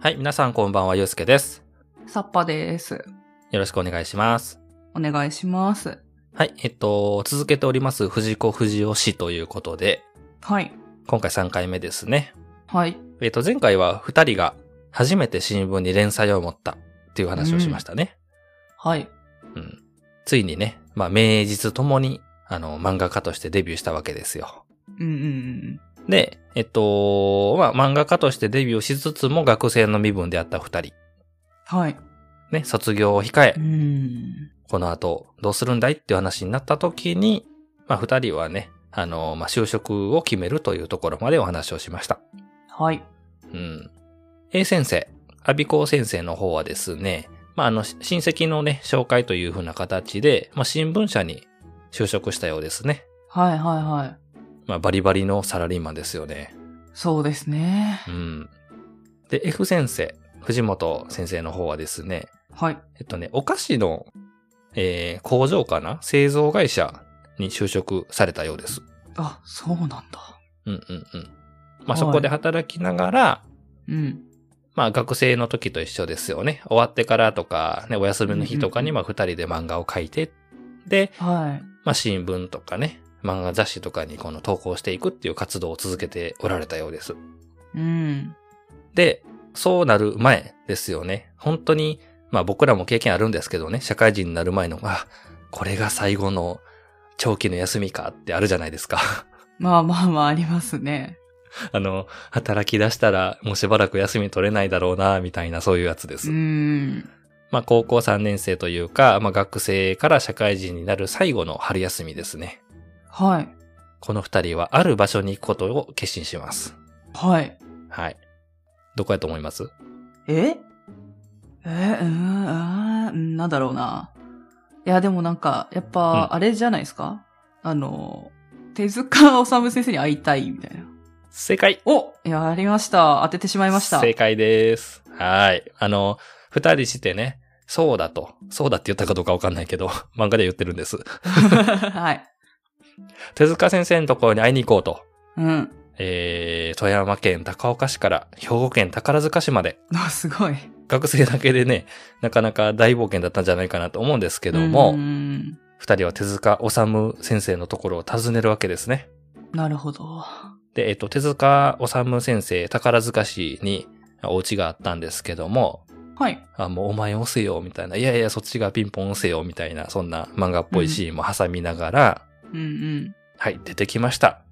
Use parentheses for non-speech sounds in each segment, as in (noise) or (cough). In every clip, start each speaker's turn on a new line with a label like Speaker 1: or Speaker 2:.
Speaker 1: はい、皆さんこんばんは、ゆうすけです。
Speaker 2: サッパです。
Speaker 1: よろしくお願いします。
Speaker 2: お願いします。
Speaker 1: はい、えっと、続けております、藤子不二雄氏ということで、
Speaker 2: はい。
Speaker 1: 今回3回目ですね。
Speaker 2: はい。
Speaker 1: えっと、前回は2人が初めて新聞に連載を持ったっていう話をしましたね。
Speaker 2: はい。
Speaker 1: うん。ついにね、まあ、名実ともに、あの、漫画家としてデビューしたわけですよ。
Speaker 2: うんうん
Speaker 1: で、えっと、まあ、漫画家としてデビューしつつも学生の身分であった2人。
Speaker 2: うん。はい。
Speaker 1: ね、卒業を控え
Speaker 2: う、ん。
Speaker 1: この後どうするんだいっていう話になった時に、まあ二人はね、あの、まあ就職を決めるというところまでお話をしました。
Speaker 2: はい。
Speaker 1: うん。A 先生、阿ビ子先生の方はですね、まああのし親戚のね、紹介というふうな形で、まあ新聞社に就職したようですね。
Speaker 2: はいはいはい。
Speaker 1: まあバリバリのサラリーマンですよね。
Speaker 2: そうですね。
Speaker 1: うん。で、F 先生、藤本先生の方はですね、
Speaker 2: はい。
Speaker 1: えっとね、お菓子の、えー工場かな製造会社に就職されたようです。
Speaker 2: あ、そうなんだ。
Speaker 1: うんうんうん。まあ、
Speaker 2: はい
Speaker 1: そこで働きながら、
Speaker 2: うん。
Speaker 1: まあ、学生の時と一緒ですよね。終わってからとか、ね、お休みの日とかに、
Speaker 2: うん
Speaker 1: まあ、二人で漫画を描いて、で、
Speaker 2: はい。
Speaker 1: まあ、新聞とかね、漫画雑誌とかにこの投稿していくっていう活動を続けておられたようです。
Speaker 2: うん。
Speaker 1: で、そうなる前ですよね。本当に、まあ僕らも経験あるんですけどね、社会人になる前の、あ、これが最後の長期の休みかってあるじゃないですか。 (laughs)
Speaker 2: まあまあまあありますね。
Speaker 1: あの、働き出したらもうしばらく休み取れないだろうな、みたいなそういうやつで
Speaker 2: う
Speaker 1: す。
Speaker 2: ん。
Speaker 1: まあ高校3年生というか、まあ学生から社会人になる最後の春休みですね。
Speaker 2: はい。
Speaker 1: この二人はある場所に行くことを決心します。
Speaker 2: はい。
Speaker 1: はい。どこやと思います
Speaker 2: ええー、うーん、あーうんなんだろうな。いや、でもなんか、やっ
Speaker 1: う
Speaker 2: ぱ、
Speaker 1: ん
Speaker 2: あれじゃないですか、あの、手塚治虫先生に会いたい、みたいな。
Speaker 1: 正解
Speaker 2: おやりました。当ててしまいました。
Speaker 1: 正解です。はい。あの、二人してね、そうだと。そうだって言ったかどうかわかんないけど、 (laughs) 漫画では言ってるんです。
Speaker 2: はい。
Speaker 1: 手塚先生のところに会いに行こうと。
Speaker 2: うん。 (laughs)
Speaker 1: えー、富山県高岡市から兵庫県宝塚市まで。
Speaker 2: あ、すごい。
Speaker 1: 学生だけでね、なかなか大冒険だったんじゃないかなと思うんですけ
Speaker 2: け
Speaker 1: ども、
Speaker 2: な
Speaker 1: 二人は手塚治虫先生のところを訪ねるわけですね。
Speaker 2: るほど。
Speaker 1: で、えっと、手塚治虫先生、宝塚市にお家があったんですけども、
Speaker 2: はい。
Speaker 1: あ、もうお前押せよ、みたいな。いやいや、そっちがピンポン押せよ、みたいな、そんな漫画っぽいシーンも挟みながら、
Speaker 2: うん
Speaker 1: はい、出てきました。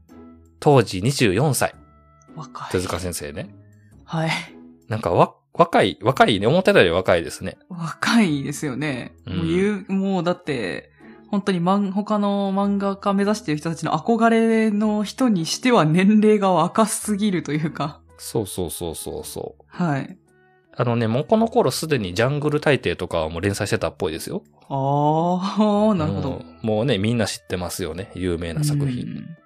Speaker 1: 当時24歳、
Speaker 2: うん。若い。
Speaker 1: 手塚先生ね。
Speaker 2: はい。
Speaker 1: なんかわ、若い、若いね、思ってたより若いですね。
Speaker 2: 若いですよね。もう言う、もうだって、本当にまん他の漫画家目指してる人たちの憧れの人にしては年齢が若すぎるというか。
Speaker 1: そうそうそうそうそう。
Speaker 2: はい。
Speaker 1: あのね、もうこの頃すでにジャングル大帝とかはもう連載してたっぽいですよ。
Speaker 2: あー、なるほど。
Speaker 1: うんもうね、みんな知ってますよね、有名な作品。
Speaker 2: うん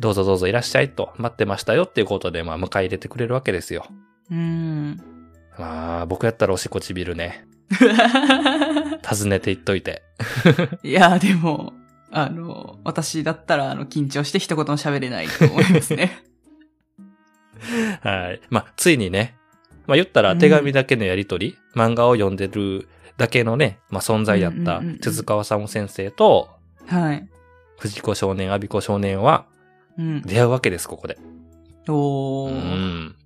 Speaker 1: どうぞどうぞいらっしゃいと、待ってましたよっていうことで、まあ、迎え入れてくれるわけですよ。
Speaker 2: うん。
Speaker 1: まあ、僕やったらおしこちびるね。訪ねていっといて。
Speaker 2: いや、でも、あの、私だったら、あの、緊張して一言も喋れないと思いま
Speaker 1: (laughs)
Speaker 2: すね。
Speaker 1: はい。まあ、ついにね、まあ、言ったら手紙だけのやりとり、漫画を読んでるだけのね、まあ、存在だっ
Speaker 2: う
Speaker 1: た
Speaker 2: んうんうんうん
Speaker 1: 手塚治虫先生と
Speaker 2: はい。
Speaker 1: 藤子少年、阿ビ子少年は
Speaker 2: うん。
Speaker 1: 出会うわけです、ここで。
Speaker 2: お
Speaker 1: う
Speaker 2: ー。
Speaker 1: ん。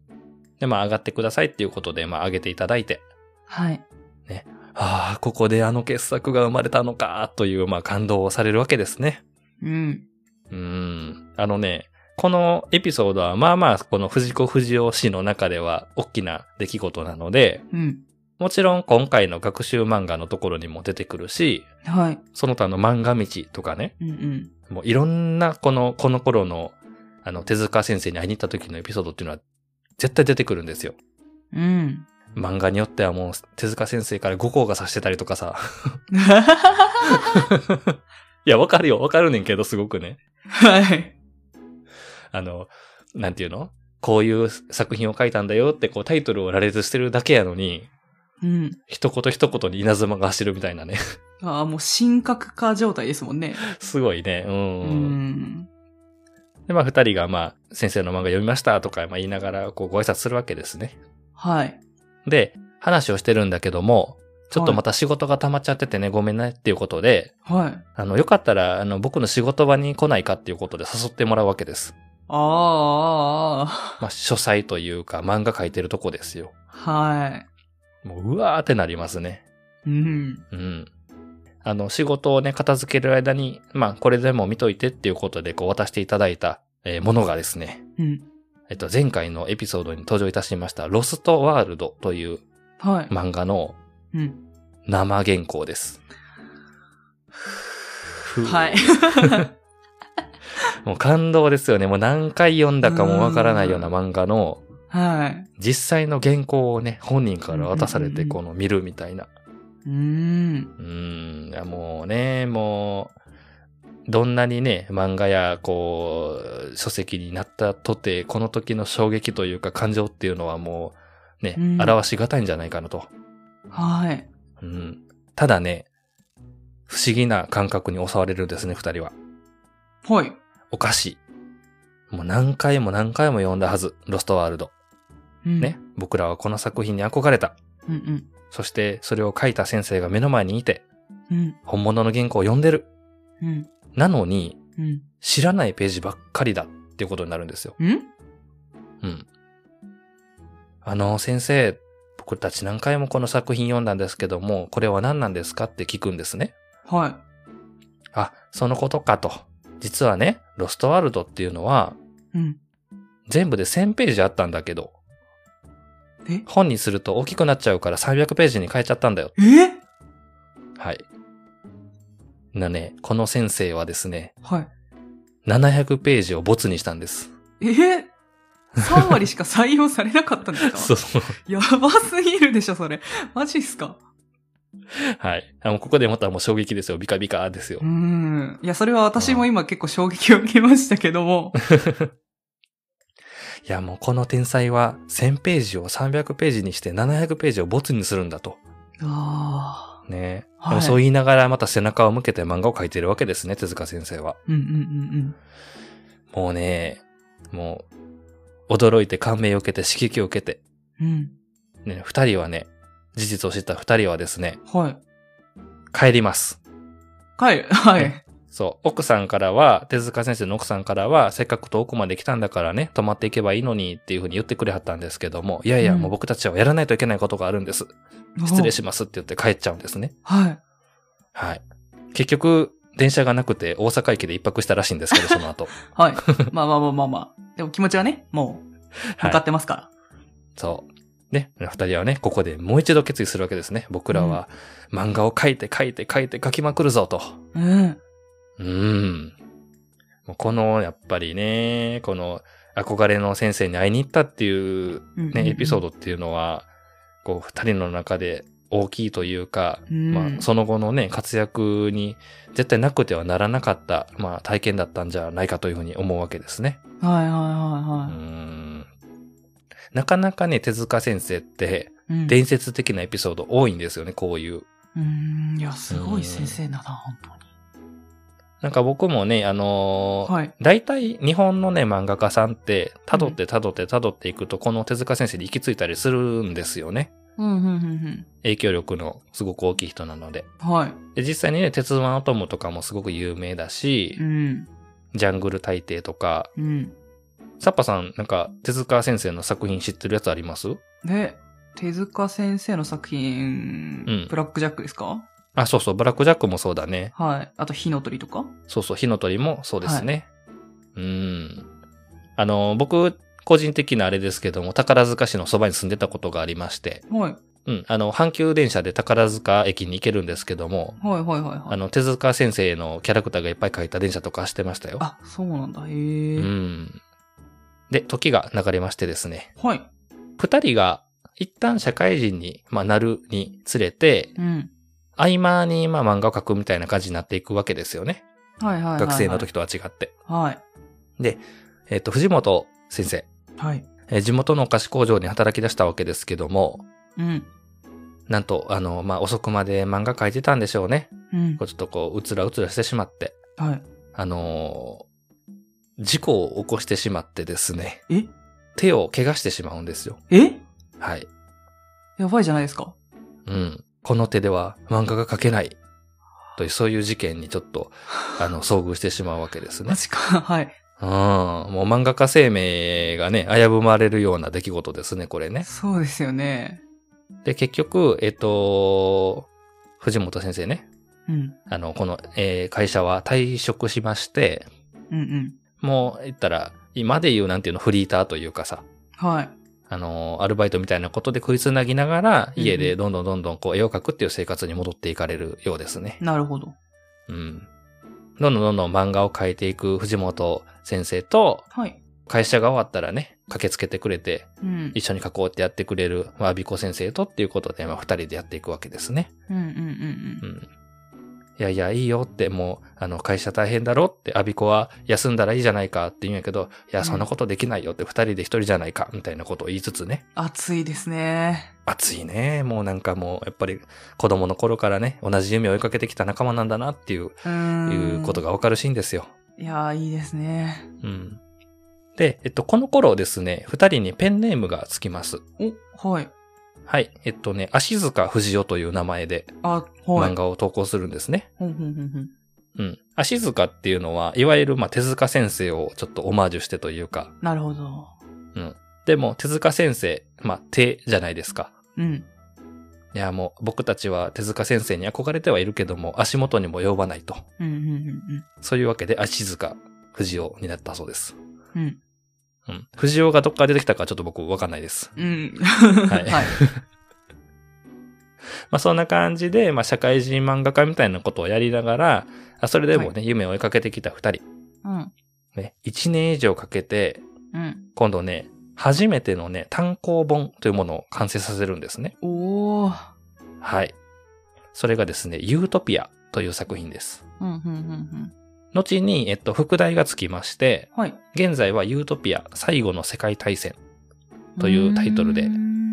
Speaker 1: で、まあ、上がってくださいっていうことで、まあ、上げていただいて、
Speaker 2: はい。
Speaker 1: ああ、ここであの傑作が生まれたのか、という、まあ、感動をされるわけですね。
Speaker 2: うん。
Speaker 1: うん。あのね、このエピソードは、まあまあ、この藤子不二雄氏の中では大きな出来事なので、
Speaker 2: うん。
Speaker 1: もちろん今回の学習漫画のところにも出てくるし、
Speaker 2: はい。
Speaker 1: その他の漫画道とかね、
Speaker 2: うんうん。
Speaker 1: もういろんなこの、この頃の、あの、手塚先生に会いに行った時のエピソードっていうのは絶対出てくるんですよ。 (laughs)
Speaker 2: うん。
Speaker 1: 漫画によってはもう手塚先生から5校がさしてたりとかさ。いや、わかるよ。わかるねんけど、すごくね。
Speaker 2: はい。
Speaker 1: あの、なんていうのこういう作品を書いたんだよってこうタイトルを羅列してるだけやのに、
Speaker 2: うん。
Speaker 1: 一言一言に稲妻が走るみたいなね。 (laughs)
Speaker 2: ああ、もう神格化状態ですもんね。
Speaker 1: すごいね。
Speaker 2: う
Speaker 1: うん
Speaker 2: ん。
Speaker 1: で、まあ、二人が、まあ、先生の漫画読みましたとか、まあ、言いながら、こう、ご挨拶するわけですね。
Speaker 2: はい。
Speaker 1: で、話をしてるんだけども、ちょっとまた仕事が溜まっちゃっててね、ごめんねっていうことで、
Speaker 2: はい。
Speaker 1: あの、よかったら、あの、僕の仕事場に来ないかっていうことで誘ってもらうわけです。
Speaker 2: ああ、あ
Speaker 1: まあ、書斎というか、漫画描いてるとこですよ。
Speaker 2: あ、はい。
Speaker 1: もう、うわーってなりますね。
Speaker 2: うん。
Speaker 1: うん。あの、仕事をね、片付ける間に、まあ、これでも見といてっていうことで、こう、渡していただいた、えーものがですね、
Speaker 2: うん。
Speaker 1: えっと、前回のエピソードに登場いたしました、ロストワールドという
Speaker 2: はい。
Speaker 1: 漫画の
Speaker 2: うん。
Speaker 1: 生原稿です。ふう
Speaker 2: はい。
Speaker 1: もう感動ですよね。もう何回読んだかもわからないような漫画の、
Speaker 2: はい。
Speaker 1: 実際の原稿をね、本人から渡され
Speaker 2: うんうんう
Speaker 1: て、
Speaker 2: ん
Speaker 1: この見るみたいな。
Speaker 2: うーん。
Speaker 1: うーん、いやもうね、もう、どんなにね、漫画や、こう、書籍になったとて、この時の衝撃というか感情っていうのはもう、ね、
Speaker 2: うん
Speaker 1: 表しがたいんじゃないかなと。
Speaker 2: はい。
Speaker 1: うん。ただね、不思議な感覚に襲われるんですね、二人は。
Speaker 2: ほい。
Speaker 1: おかしい。もう何回も何回も読んだはず、ロストワールド。
Speaker 2: うん。
Speaker 1: ね。。僕らはこの作品に憧れた。
Speaker 2: うん
Speaker 1: そして、それを書いた先生が目の前にいて、
Speaker 2: うん。うん。
Speaker 1: 本物の原稿を読んでる。
Speaker 2: うん。
Speaker 1: なのに、
Speaker 2: うん。
Speaker 1: 知らないページばっかりだっていうことになるんですよ。
Speaker 2: うん
Speaker 1: うん。あの、先生、僕たち何回もこの作品読んだんですけども、これは何なんですかって聞くんですね。
Speaker 2: はい。
Speaker 1: あ、そのことかと。実はね、ロストワールドっていうのは、
Speaker 2: うん。
Speaker 1: 全部で1000ページあったんだけど、
Speaker 2: え
Speaker 1: 本にすると大きくなっちゃうから300ページに変えちゃったんだよ。
Speaker 2: え
Speaker 1: はい。なね、この先生はですね、
Speaker 2: は
Speaker 1: 700ページをボツにしたん
Speaker 2: (laughs)
Speaker 1: です。
Speaker 2: い。え ?3 割しか採用されなかったんですか
Speaker 1: そう。
Speaker 2: やばすぎるでしょ、それ。マジっすか
Speaker 1: はい。あの、ここでまたもう衝撃ですよ。ビカビカですよ
Speaker 2: うー。ん。いや、それは私も今結構衝撃を受けましたけ
Speaker 1: (laughs)
Speaker 2: ども。
Speaker 1: いや、もうこの天才は1000ページを300ページにして700ページをボツにするんだと。
Speaker 2: ああ。
Speaker 1: ね。
Speaker 2: はい
Speaker 1: でもそう言いながらまた背中を向けて漫画を描いてるわけですね、手塚先生は。
Speaker 2: うんうんうん
Speaker 1: もうね、もう、驚いて感銘を受けて刺激を受けて、
Speaker 2: うん。うん。
Speaker 1: ね、二人はね、事実を知った二人はですね、
Speaker 2: はい。
Speaker 1: 帰ります。
Speaker 2: 帰る。はい。
Speaker 1: そう。奥さんからは、手塚先生の奥さんからは、せっかく遠くまで来たんだからね、泊まっていけばいいのにっていうふうに言ってくれはったんですけども、いやいや、
Speaker 2: うん
Speaker 1: もう僕たちはやらないといけないことがあるんです。失礼しますって言って帰っちゃうんですね。
Speaker 2: はい。
Speaker 1: はい。結局、電車がなくて大阪駅で一泊したらしいんですけど、その後。 (laughs)
Speaker 2: はい。まあまあまあまあまあ。でも気持ちはね、もう、
Speaker 1: は
Speaker 2: 向か
Speaker 1: い
Speaker 2: っ。てますから。
Speaker 1: そう。ね、二人はね、ここでもう一度決意するわけですね。僕らは漫画を描いて描いて描いて描きまくるぞと。
Speaker 2: うん。
Speaker 1: うーん。もうこの、やっぱりね、この、憧れの先生に会いに行ったっていう、
Speaker 2: うん
Speaker 1: ね、エピソードっていうのは、こう、二人の中で大きいというか、
Speaker 2: うん
Speaker 1: まあ、その後のね、活躍に絶対なくてはならなかった、まあ、体験だったんじゃないかというふうに思うわけですね。
Speaker 2: はいはいう
Speaker 1: ー
Speaker 2: は
Speaker 1: ん。なかなかね、手塚先生って、
Speaker 2: いはい。うん
Speaker 1: 伝説的なエピソード多いんですよね、こういう。
Speaker 2: うーん、いや、すごい先生だな、本
Speaker 1: なんか僕もね、あのー
Speaker 2: 当に。はい。
Speaker 1: 大体日本のね、漫画家さんって、辿って辿って辿っていくと、この手塚先生に行き着いたりするんですよね。
Speaker 2: うん、うん、うん、
Speaker 1: 影響力のすごく大きい人なので。
Speaker 2: うん。はい。
Speaker 1: で実際にね、鉄腕アトムとかもすごく有名だし
Speaker 2: う、ん、
Speaker 1: ジャングル大帝とか、
Speaker 2: うん。
Speaker 1: サッパさん、なんか、手塚先生の作品知ってるやつあります
Speaker 2: で、手塚先生の作品、
Speaker 1: うん
Speaker 2: ブラックジャックですか
Speaker 1: あ、そうそう、ブラックジャックもそうだね。
Speaker 2: はい。あと、火の鳥とか
Speaker 1: そうそう、火の鳥もそうですね。うーん。あの、僕、個人的なあれですけども、宝塚市のそばに住んでたことがありまして、
Speaker 2: はい。
Speaker 1: うん、あの、阪急電車で宝塚駅に行けるんですけども、
Speaker 2: はい、はい、はい。は
Speaker 1: あ
Speaker 2: い
Speaker 1: の、手塚先生のキャラクターがいっぱい書いた電車とか走ってましたよ。
Speaker 2: あ、そうなんだ。
Speaker 1: う
Speaker 2: へえ。
Speaker 1: ん。で、時が流れましてですね、
Speaker 2: はい。
Speaker 1: 二人が一旦社会人に、まあ、なるにつれて、
Speaker 2: うん。
Speaker 1: 合間に、まあ、漫画を描くみたいな感じになっていくわけですよね。
Speaker 2: はい、はいはいはい。
Speaker 1: 学生の。時とは違って。
Speaker 2: はい。
Speaker 1: えっと、藤本先生、
Speaker 2: はい。
Speaker 1: えー地元のお菓子工場に働き出したわけですけども、
Speaker 2: うん。
Speaker 1: なんと、あの、まあ、遅くまで漫画描いてたんでしょうね。
Speaker 2: うん
Speaker 1: こ。うちょっとこう、うつらうつらしてしまって。
Speaker 2: はい。
Speaker 1: あのー事故を起こしてしまってですね、
Speaker 2: え
Speaker 1: 手を怪我してしまうんですよ。
Speaker 2: え
Speaker 1: はい。
Speaker 2: やばいじゃないですか。
Speaker 1: うん。この手では漫画が描けない。という、そういう事件にちょっと、あの、遭遇してしまうわけです
Speaker 2: (laughs)
Speaker 1: ね
Speaker 2: マ。ジか。はい。
Speaker 1: うん。もう漫画家生命がね、危ぶまれるような出来事ですね、これね。
Speaker 2: そうですよね。
Speaker 1: で、結局、えっと、藤本先生ね、
Speaker 2: うん。
Speaker 1: あの、この、えー会社は退職しまして、
Speaker 2: うんうん。
Speaker 1: もう、言ったら、今で言うなんていうの、フリーターというかさ、
Speaker 2: はい。
Speaker 1: あの、アルバイトみたいなことで食いつなぎながら、
Speaker 2: うんうん
Speaker 1: 家でどんどんどんどんこう絵を描くっていう生活に戻っていかれるようですね。
Speaker 2: なるほど。
Speaker 1: うん。どんどんどんどん漫画を描いていく藤本先生と、
Speaker 2: はい。
Speaker 1: 会社が終わったらね、駆けつけてくれて、
Speaker 2: うん。
Speaker 1: 一緒に描こうってやってくれる、まあ、美子先生とっていうことで、まあ、二人でやっていくわけですね。
Speaker 2: うんうんうん
Speaker 1: うん。いやいや、いいよって、もう、あの、会社大変だろって、アビコは休んだらいいじゃないかって言うんやけど、いや、そんなことできないよって、二人で一人じゃないか、みたいなことを言いつつね。
Speaker 2: うん。暑いですね。
Speaker 1: 熱いね。もうなんかもう、やっぱり、子供の頃からね、同じ夢を追いかけてきた仲間なんだなっていう、
Speaker 2: うーん。
Speaker 1: いうこと
Speaker 2: が。
Speaker 1: がわかるシーンですよ。
Speaker 2: いやー、いいですね。
Speaker 1: うん。で、えっと、この頃ですね、二人にペンネームがつきます。
Speaker 2: お、はい。
Speaker 1: はい。えっとね、足塚不二夫という名前で
Speaker 2: あ、はい。
Speaker 1: 漫画を投稿するんですね。
Speaker 2: ほんほんほんほん。
Speaker 1: うん。足塚っていうのは、いわゆる、まあ、手塚先生をちょっとオマージュしてというか、
Speaker 2: なるほど。
Speaker 1: でも、手塚先生、まあ、手じゃないですか。
Speaker 2: うん。
Speaker 1: いや、もう、僕たちは手塚先生に憧れてはいるけども、足元にも及ばないと。
Speaker 2: うんうんうん
Speaker 1: そういうわけで、足塚不二夫になったそうです。
Speaker 2: うん。うん。
Speaker 1: うん。不二夫がどっから出てきたかちょっと僕わかんないです。
Speaker 2: うん。
Speaker 1: はい (laughs) まあそんな感じで、まあ社会人漫画家みたいなことをやりながら、あそれでもね、夢を追いかけてきた二人。
Speaker 2: うん。
Speaker 1: ね、一年以上かけて、
Speaker 2: うん。
Speaker 1: 今度ね、初めてのね、単行本というものを完成させるんですね。
Speaker 2: おー。
Speaker 1: はい。それがですね、ユートピアという作品です。
Speaker 2: うんうんうんうん。
Speaker 1: 後に、えっと、副題がつきまして、
Speaker 2: はい。
Speaker 1: 現在はユートピア最後の世界大戦というタイトルで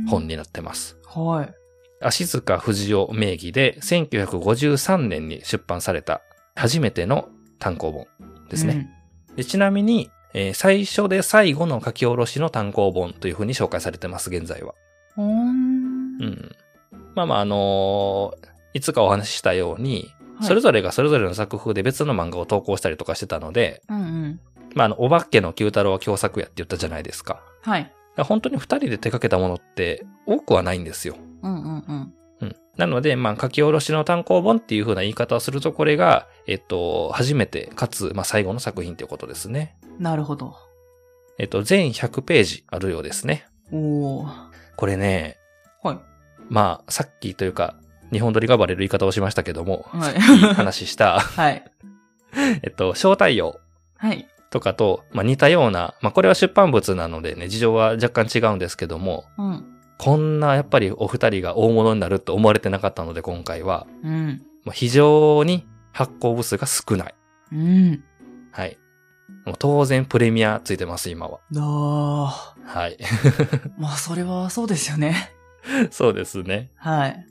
Speaker 1: 本
Speaker 2: に。
Speaker 1: になってます。
Speaker 2: はい。
Speaker 1: 足塚不二夫名義で1953年に出版された初めての単行本ですね。でちなみに、えー最初で最後の書き下ろしの単行本というふうに紹介されてます、現在は。
Speaker 2: うん。ほん
Speaker 1: うん。まあまあ、あのーいつかお話ししたように、
Speaker 2: はい
Speaker 1: それぞれがそれぞれの作風で別の漫画を投稿したりとかしてたので、
Speaker 2: うんうん。
Speaker 1: まあ、あの、お化けの九太郎は共作やって言ったじゃないですか。だか
Speaker 2: はい。
Speaker 1: ら本当に二人で手掛けたものって多くはないんですよ。
Speaker 2: うんうんうん。
Speaker 1: うん。なので、まあ、書き下ろしの単行本っていう風な言い方をすると、これが、えっと、初めて、かつ、まあ、最後の作品ということですね。
Speaker 2: なるほど。
Speaker 1: えっと、全100ページあるようですね。
Speaker 2: おー。
Speaker 1: これね、
Speaker 2: はい。
Speaker 1: まあ、さっきというか、日本撮りがバレる言い方をしましたけども、
Speaker 2: は
Speaker 1: (laughs)
Speaker 2: い
Speaker 1: さっき話しした、
Speaker 2: はい。
Speaker 1: えっと、小太陽
Speaker 2: はい。
Speaker 1: とかと、まあ、似たような、まあ、これは出版物なのでね、事情は若干違うんですけども、
Speaker 2: うん。
Speaker 1: こんなやっぱりお二人が大物になると思われてなかったので、今回は、
Speaker 2: うん。
Speaker 1: まあ、非常に発行部数が少ない。
Speaker 2: うん。
Speaker 1: はい。もう当然プレミアついてます、今は。
Speaker 2: だー。
Speaker 1: はい。 (laughs)
Speaker 2: まあ、それはそうですよね。 (laughs)
Speaker 1: そうですね。
Speaker 2: はい。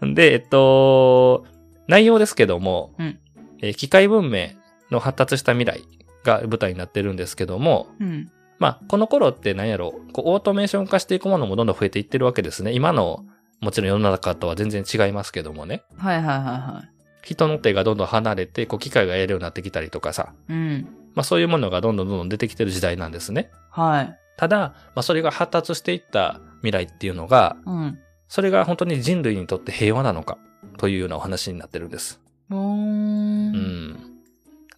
Speaker 1: で、えっと、内容ですけども、
Speaker 2: うん
Speaker 1: えー機械文明の発達した未来が舞台になってるんですけども、
Speaker 2: うん。
Speaker 1: まあ、この頃って何やろう、こうオートメーション化していくものもどんどん増えていってるわけですね。今の、もちろん世の中とは全然違いますけどもね。
Speaker 2: はいはいはいは
Speaker 1: 人の手がどんどん離れて、こう機械がやるようになってきたりとかさ、
Speaker 2: い。うん。
Speaker 1: まあそういうものがどんどんどんどん出てきてる時代なんですね。
Speaker 2: はい。
Speaker 1: ただ、まあそれが発達していった未来っていうのが、
Speaker 2: うん。
Speaker 1: それが本当に人類にとって平和なのかというようなお話になってるんです。
Speaker 2: ぼー。
Speaker 1: うんん。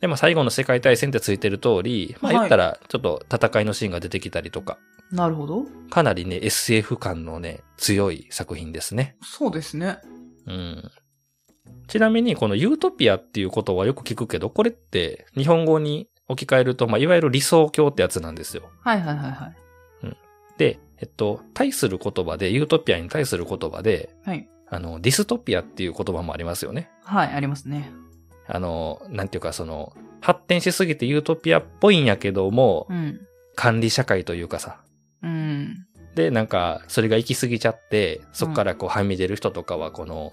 Speaker 1: で、まあ最後の世界大戦ってついてる通り、まあ
Speaker 2: はい
Speaker 1: 言ったらちょっと戦いのシーンが出てきたりとか、
Speaker 2: なるほど。
Speaker 1: かなりね SF 感のね強い作品ですね。
Speaker 2: そうですね。
Speaker 1: うん。ちなみにこのユートピアっていうことはよく聞くけど、これって日本語に置き換えると、まあいわゆる理想郷ってやつなんですよ。
Speaker 2: はいはいはいはい。
Speaker 1: で、えっと、対する言葉で、ユートピアに対する言葉で、
Speaker 2: はい。
Speaker 1: あの、ディストピアっていう言葉もありますよね。
Speaker 2: はい、ありますね。
Speaker 1: あの、なんていうかその、発展しすぎてユートピアっぽいんやけども、
Speaker 2: うん。
Speaker 1: 管理社会というかさ。
Speaker 2: うん。
Speaker 1: で、なんか、それが行き過ぎちゃって、そっからこう、はみ出る人とかは、この、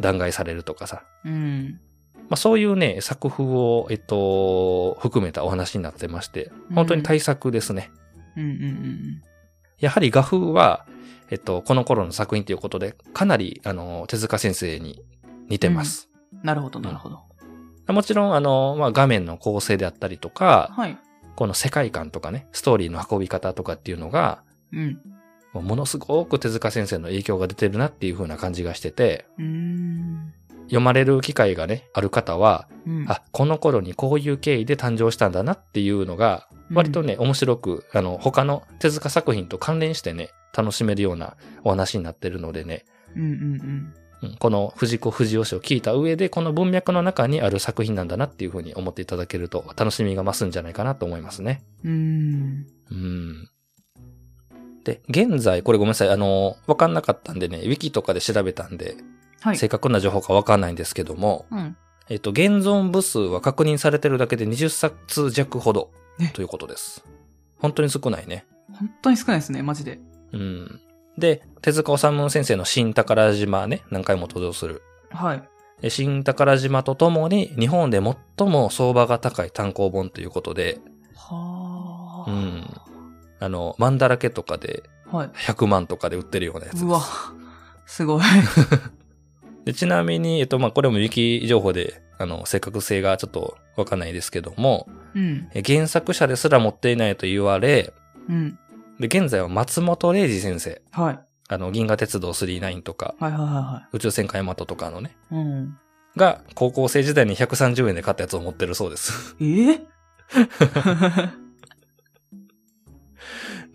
Speaker 1: 弾劾されるとかさ。
Speaker 2: うん。
Speaker 1: まあ、そういうね、作風を、えっと、含めたお話になってまして、本当に対策ですね。
Speaker 2: うんうんうん
Speaker 1: やはり画風は、えっと、この頃の作品ということで、かなり、あの、手塚先生に似てます。
Speaker 2: なるほど、なるほど。
Speaker 1: もちろん、あの、まあ、画面の構成であったりとか、
Speaker 2: はい。
Speaker 1: この世界観とかね、ストーリーの運び方とかっていうのが、
Speaker 2: うん。
Speaker 1: もうものすごく手塚先生の影響が出てるなっていう風な感じがしてて、
Speaker 2: うーん。
Speaker 1: 読まれる機会がね、ある方は、
Speaker 2: うん、
Speaker 1: あ、この頃にこういう経緯で誕生したんだなっていうのが、割とね、面白く、あの、他の手塚作品と関連してね、楽しめるようなお話になってるのでね、
Speaker 2: うんうんうん。
Speaker 1: うんこの藤子不二雄氏を聞いた上で、この文脈の中にある作品なんだなっていうふうに思っていただけると、楽しみが増すんじゃないかなと思いますね。
Speaker 2: うーん。
Speaker 1: うん。で、現在、これごめんなさい、あの、わかんなかったんでね、ウィキとかで調べたんで、
Speaker 2: はい。
Speaker 1: 正確な情報かわかんないんですけども、
Speaker 2: うん。
Speaker 1: えっと、現存部数は確認されてるだけで20冊弱ほど
Speaker 2: ね
Speaker 1: ということです。本当に少ないね。
Speaker 2: 本当に少ないですね、マジで。
Speaker 1: うん。で、手塚治虫先生の新宝島ね、何回も登場する。
Speaker 2: はい。
Speaker 1: え新宝島とともに日本で最も相場が高い単行本ということで、
Speaker 2: はあ。
Speaker 1: うんあの、マンだらけとかで
Speaker 2: はい。
Speaker 1: 100万とかで売ってるようなやつです。
Speaker 2: うわ、すごい。 (laughs)
Speaker 1: でちなみに、えっと、まあ、これもウィキ情報で、あの、正確性がちょっとわかんないですけども、
Speaker 2: うん。
Speaker 1: え原作者ですら持っていないと言われ、
Speaker 2: うん。
Speaker 1: で、現在は松本零士先生。
Speaker 2: はい。
Speaker 1: あの、銀河鉄道999とか、
Speaker 2: はいはいは
Speaker 1: 宇宙戦艦ヤマトとかのね、
Speaker 2: いはい。うん。
Speaker 1: が、高校生時代に130円で買ったやつを持ってるそうです。 (laughs)
Speaker 2: ええ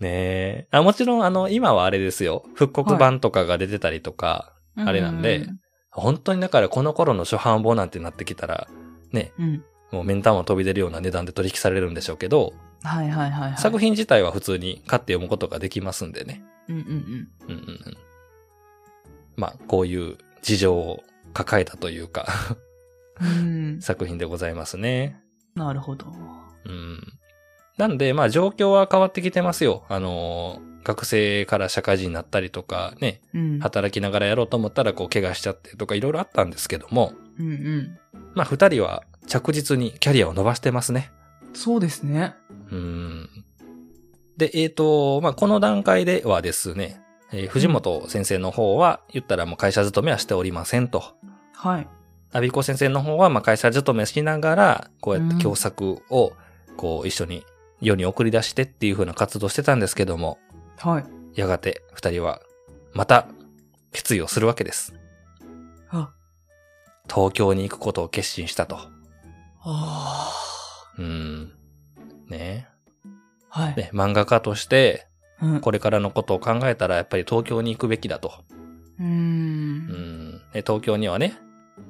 Speaker 1: ねえ。あ、もちろん、あの、今はあれですよ。復刻版とかが出てたりとか、あれなんで本当にだからこの頃の初版本なんてなってきたら、ね、
Speaker 2: うん。うん。
Speaker 1: もうメンタンも飛び出るような値段で取引されるんでしょうけど、
Speaker 2: はいはいはいはい。
Speaker 1: 作品自体は普通に買って読むことができますんでね。
Speaker 2: うんうんうん。
Speaker 1: うんうんうん。まあ、こういう事情を抱えたというか、 (laughs)
Speaker 2: うん、
Speaker 1: 作品でございますね。
Speaker 2: なるほど。
Speaker 1: うん。なんで、まあ状況は変わってきてますよ。あのー、学生から社会人になったりとかね、
Speaker 2: うん。
Speaker 1: 働きながらやろうと思ったらこう怪我しちゃってとかいろいろあったんですけども、
Speaker 2: うんうん。
Speaker 1: まあ二人は着実にキャリアを伸ばしてますね。
Speaker 2: そうですね。
Speaker 1: うん。で、えっ、と、まあこの段階ではですね、えー藤本先生の方は言ったらもう会社勤めはしておりませんと。
Speaker 2: はい。
Speaker 1: アビコ先生の方は、まあ、会社勤めしながら、こうやって共作を、こう、一緒に世に送り出してっていう風な活動してたんですけども、
Speaker 2: はい。
Speaker 1: やがて二人は、また、決意をするわけです。
Speaker 2: あ、
Speaker 1: 東京に行くことを決心したと。
Speaker 2: あ
Speaker 1: うーん。ね
Speaker 2: ーはい。
Speaker 1: え。で、漫画家として、
Speaker 2: うん。
Speaker 1: これからのことを考えたら、やっぱり東京に行くべきだと。
Speaker 2: うー。
Speaker 1: うんん。で東京にはね、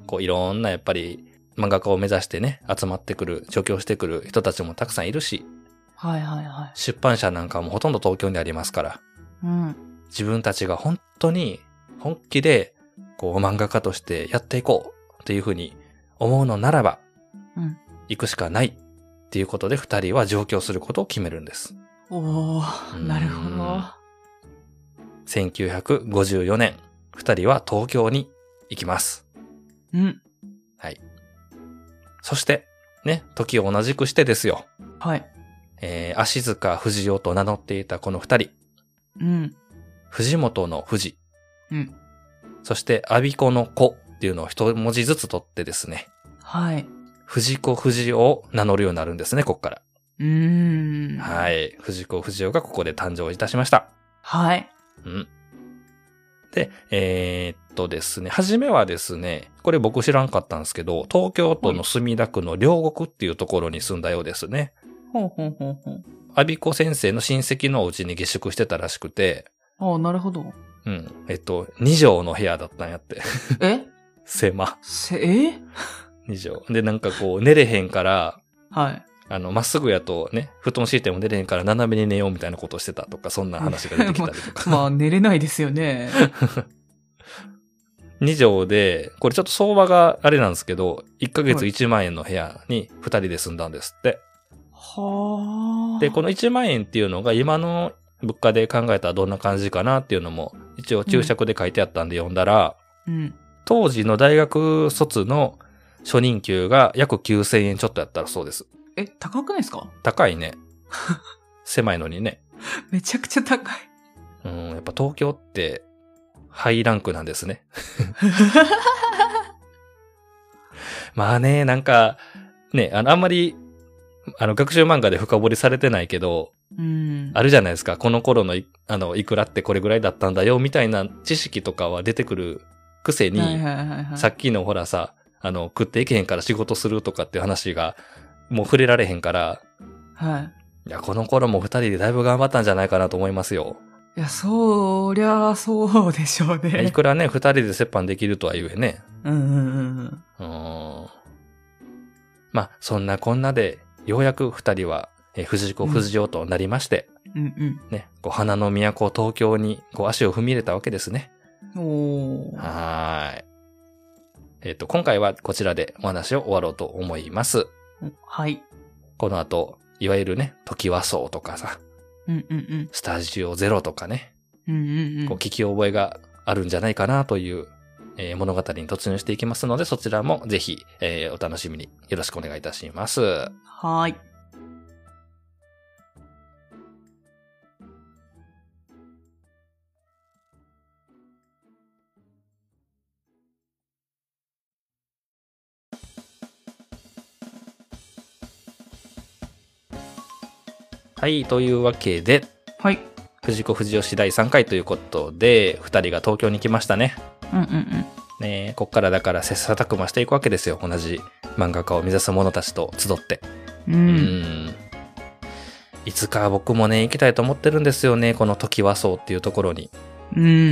Speaker 1: こう、いろんな、やっぱり、漫画家を目指してね、集まってくる、上京してくる人たちもたくさんいるし、
Speaker 2: はいはいはい。
Speaker 1: 出版社なんかもほとんど東京にありますから、
Speaker 2: うん。
Speaker 1: 自分たちが本当に本気で、こう漫画家としてやっていこうっていうふうに思うのならば、
Speaker 2: うん
Speaker 1: 行くしかないっていうことで二人は上京することを決めるんです。
Speaker 2: おー、なるほど。
Speaker 1: 1954年、二人は東京に行きます。
Speaker 2: うん。
Speaker 1: そして、ね、時を同じくしてですよ。
Speaker 2: はい。
Speaker 1: えー、足塚不二夫と名乗っていたこの二人、
Speaker 2: うん。
Speaker 1: 藤本の藤、
Speaker 2: うん。
Speaker 1: そして、アビコの子っていうのを一文字ずつ取ってですね、
Speaker 2: はい。
Speaker 1: 藤子不二雄を名乗るようになるんですね、ここから。
Speaker 2: うーん。。
Speaker 1: はいい。藤子不二雄がここで誕生いたしました。
Speaker 2: はい。
Speaker 1: うん。で、えーっとですね、初めはですね、これ僕知らんかったんですけど、東京都の墨田区の両国っていうところに住んだようですね。
Speaker 2: ほうほうほうほう。
Speaker 1: アビコ先生の親戚のお家に下宿してたらしくて、
Speaker 2: ああ、なるほど。
Speaker 1: うん。えっと、2畳の部屋だったんやって。 (laughs)
Speaker 2: え
Speaker 1: 狭。
Speaker 2: せ、え
Speaker 1: 2畳。で、なんかこう、寝れへんから、 (laughs)
Speaker 2: はい。
Speaker 1: あの、まっすぐやとね、布団敷いても出れへんから斜めに寝ようみたいなことをしてたとか、そんな話が出てきたりとか。
Speaker 2: (laughs) まあ、寝れないですよね。
Speaker 1: 2畳で、これちょっと相場があれなんですけど、1ヶ月
Speaker 2: はい
Speaker 1: 1万円の部屋に2人で住んだんですって。
Speaker 2: はあ。
Speaker 1: で、この1万円っていうのが今の物価で考えたらどんな感じかなっていうのも、一応注釈で書いてあったんで読んだら、
Speaker 2: うん。
Speaker 1: 当時の大学卒の初任給が約9000円ちょっとやったらそうです。
Speaker 2: え、高 (laughs) くないですか
Speaker 1: 高いね。狭いのにね。
Speaker 2: めちゃくちゃ高い。
Speaker 1: うん。うん、やっぱ東京ってハイランクなんです
Speaker 2: (laughs)
Speaker 1: ね。まあね、なんか、ね、あの、あんまり、あの、学習漫画で深掘りされてないけど、
Speaker 2: うん。
Speaker 1: あるじゃないですか。この頃のい、あの、いくらってこれぐらいだったんだよ、みたいな知識とかは出てくるくせに、
Speaker 2: はいはいはいはい。
Speaker 1: さっきのほらさ、あの、食っていけへんから仕事するとかっていう話が、もう触れられへんから、
Speaker 2: はい。
Speaker 1: いや、この頃も二人でだいぶ頑張ったんじゃないかなと思いますよ。
Speaker 2: いや、そりゃあそうでしょう
Speaker 1: (laughs) いやい
Speaker 2: ね。
Speaker 1: くらね、二人で折半できるとは言えね。
Speaker 2: うんうんうんうん。
Speaker 1: うーん。まあ、そんなこんなで、ようやく二人は、えー藤子不二雄となりまして、
Speaker 2: うん
Speaker 1: ね、こう、花の都東京に、こう、足を踏み入れたわけですね。
Speaker 2: うん。おー。
Speaker 1: はーい。えっ、と、今回はこちらでお話を終わろうと思います。
Speaker 2: はい。
Speaker 1: この後、いわゆるね、時和荘とかさ、
Speaker 2: うんうんうん。
Speaker 1: スタジオゼロとかね、
Speaker 2: うんうんうん。
Speaker 1: こう聞き覚えがあるんじゃないかなという、えー物語に突入していきますので、そちらもぜひ、えーお楽しみによろしくお願いいたします。
Speaker 2: はーい。
Speaker 1: はい、というわけで、
Speaker 2: はい。
Speaker 1: 藤子不二雄氏第3回ということで、二人が東京に来ましたね。
Speaker 2: うんうんうん。
Speaker 1: ねえこっからだから切磋琢磨していくわけですよ。同じ漫画家を目指す者たちと集って。
Speaker 2: う。
Speaker 1: うんん。いつか僕もね、行きたいと思ってるんですよね。この時和荘っていうところに。
Speaker 2: うんうんうんう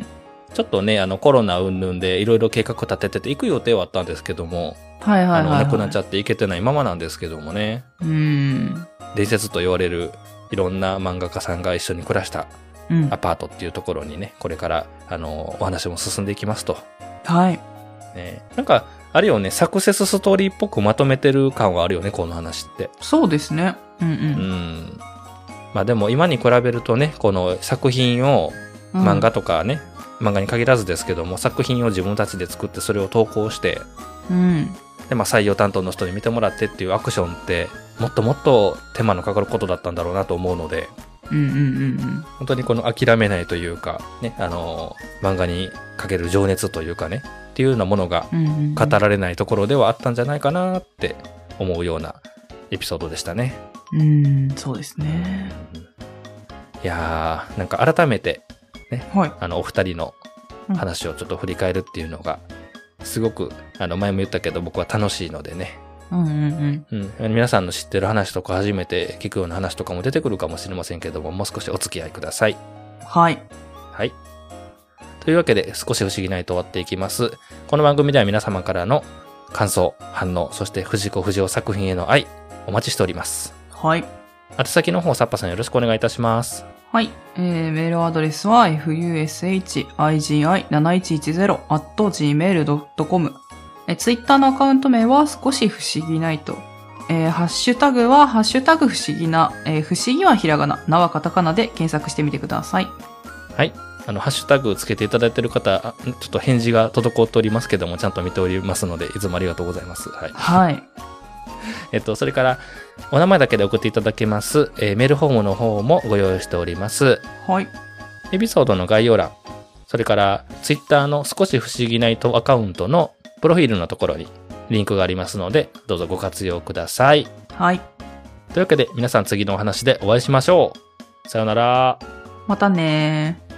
Speaker 2: ん。
Speaker 1: ちょっとね、あの、コロナ云々でいろいろ計画立ててて、行く予定はあったんですけども、
Speaker 2: はいはいはい、はい。
Speaker 1: あの、亡くなっちゃ
Speaker 2: っ
Speaker 1: って行けてないままなんですけどもね、
Speaker 2: た。うん。
Speaker 1: 伝説と言われるいろんな漫画家さんが一緒に暮らした
Speaker 2: うん
Speaker 1: ア。パートっていうところにね、これから、あの、お話も進んでいきますと。
Speaker 2: はい。
Speaker 1: ね、なんか、あれよね、サクセスストーリーっぽくまとめてる感はあるよね、この話って。
Speaker 2: そうですね。うんう。
Speaker 1: うんん。まあでも今に比べるとね、この作品を
Speaker 2: うん
Speaker 1: 漫画。とかね、漫画に限らずですけども、作品を自分たちで作ってそれを投稿して、
Speaker 2: うん。
Speaker 1: で、まあ、採用担当の人に見てもらってっていうアクションって、もっともっと手間のかかることだったんだろうなと思うので、
Speaker 2: うんうんうん
Speaker 1: 本当にこの諦めないというか、ね、あのー、漫画にかける情熱というかね、っていうようなものが
Speaker 2: うん。うんうんうん。
Speaker 1: 語られないところではあったんじゃないかなって思うようなエピソードでしたね。
Speaker 2: うん、そうですね。
Speaker 1: いやー、なんか改めて、
Speaker 2: はい。
Speaker 1: あの、お二人の話をちょっと振り返るっていうのが、すごく、あの、前も言ったけど僕は楽しいのでね、
Speaker 2: うんうん
Speaker 1: うん、皆さんの知ってる話とか初めて聞くような話とかも出てくるかもしれませんけども、もう少しお付き合いください。
Speaker 2: うん。はい。
Speaker 1: はい。というわけで、少し不思議ないと終わっていきます。この番組では皆様からの感想、反応、そして藤子不二雄作品への愛、お待ちしております。
Speaker 2: はい。
Speaker 1: 宛先の方、サッパさんよろしくお願いいたします。
Speaker 2: はい。えー、メールアドレスは fushigi7110.gmail.com。えー、ツイッターのアカウント名は少し不思議ないと。えー、ハッシュタグは、ハッシュタグ不思議な、えー、不思議はひらがな、なはカタカナで検索してみてください。
Speaker 1: はい。あの、ハッシュタグつけていただいてる方、あちょっと返事が滞っておりますけども、ちゃんと見ておりますので、いつもありがとうございます。はい。
Speaker 2: はい。
Speaker 1: えっと、それから、お名前だけで送っていただけます、えーメールフォームの方もご用意しております。
Speaker 2: はい。
Speaker 1: エピソードの概要欄、それから、ツイッターの少し不思議ないとアカウントのプロフィールのところにリンクがありますので、どうぞご活用ください。
Speaker 2: はい。
Speaker 1: というわけで、皆さん次のお話でお会いしましょう。さようなら。
Speaker 2: またねー。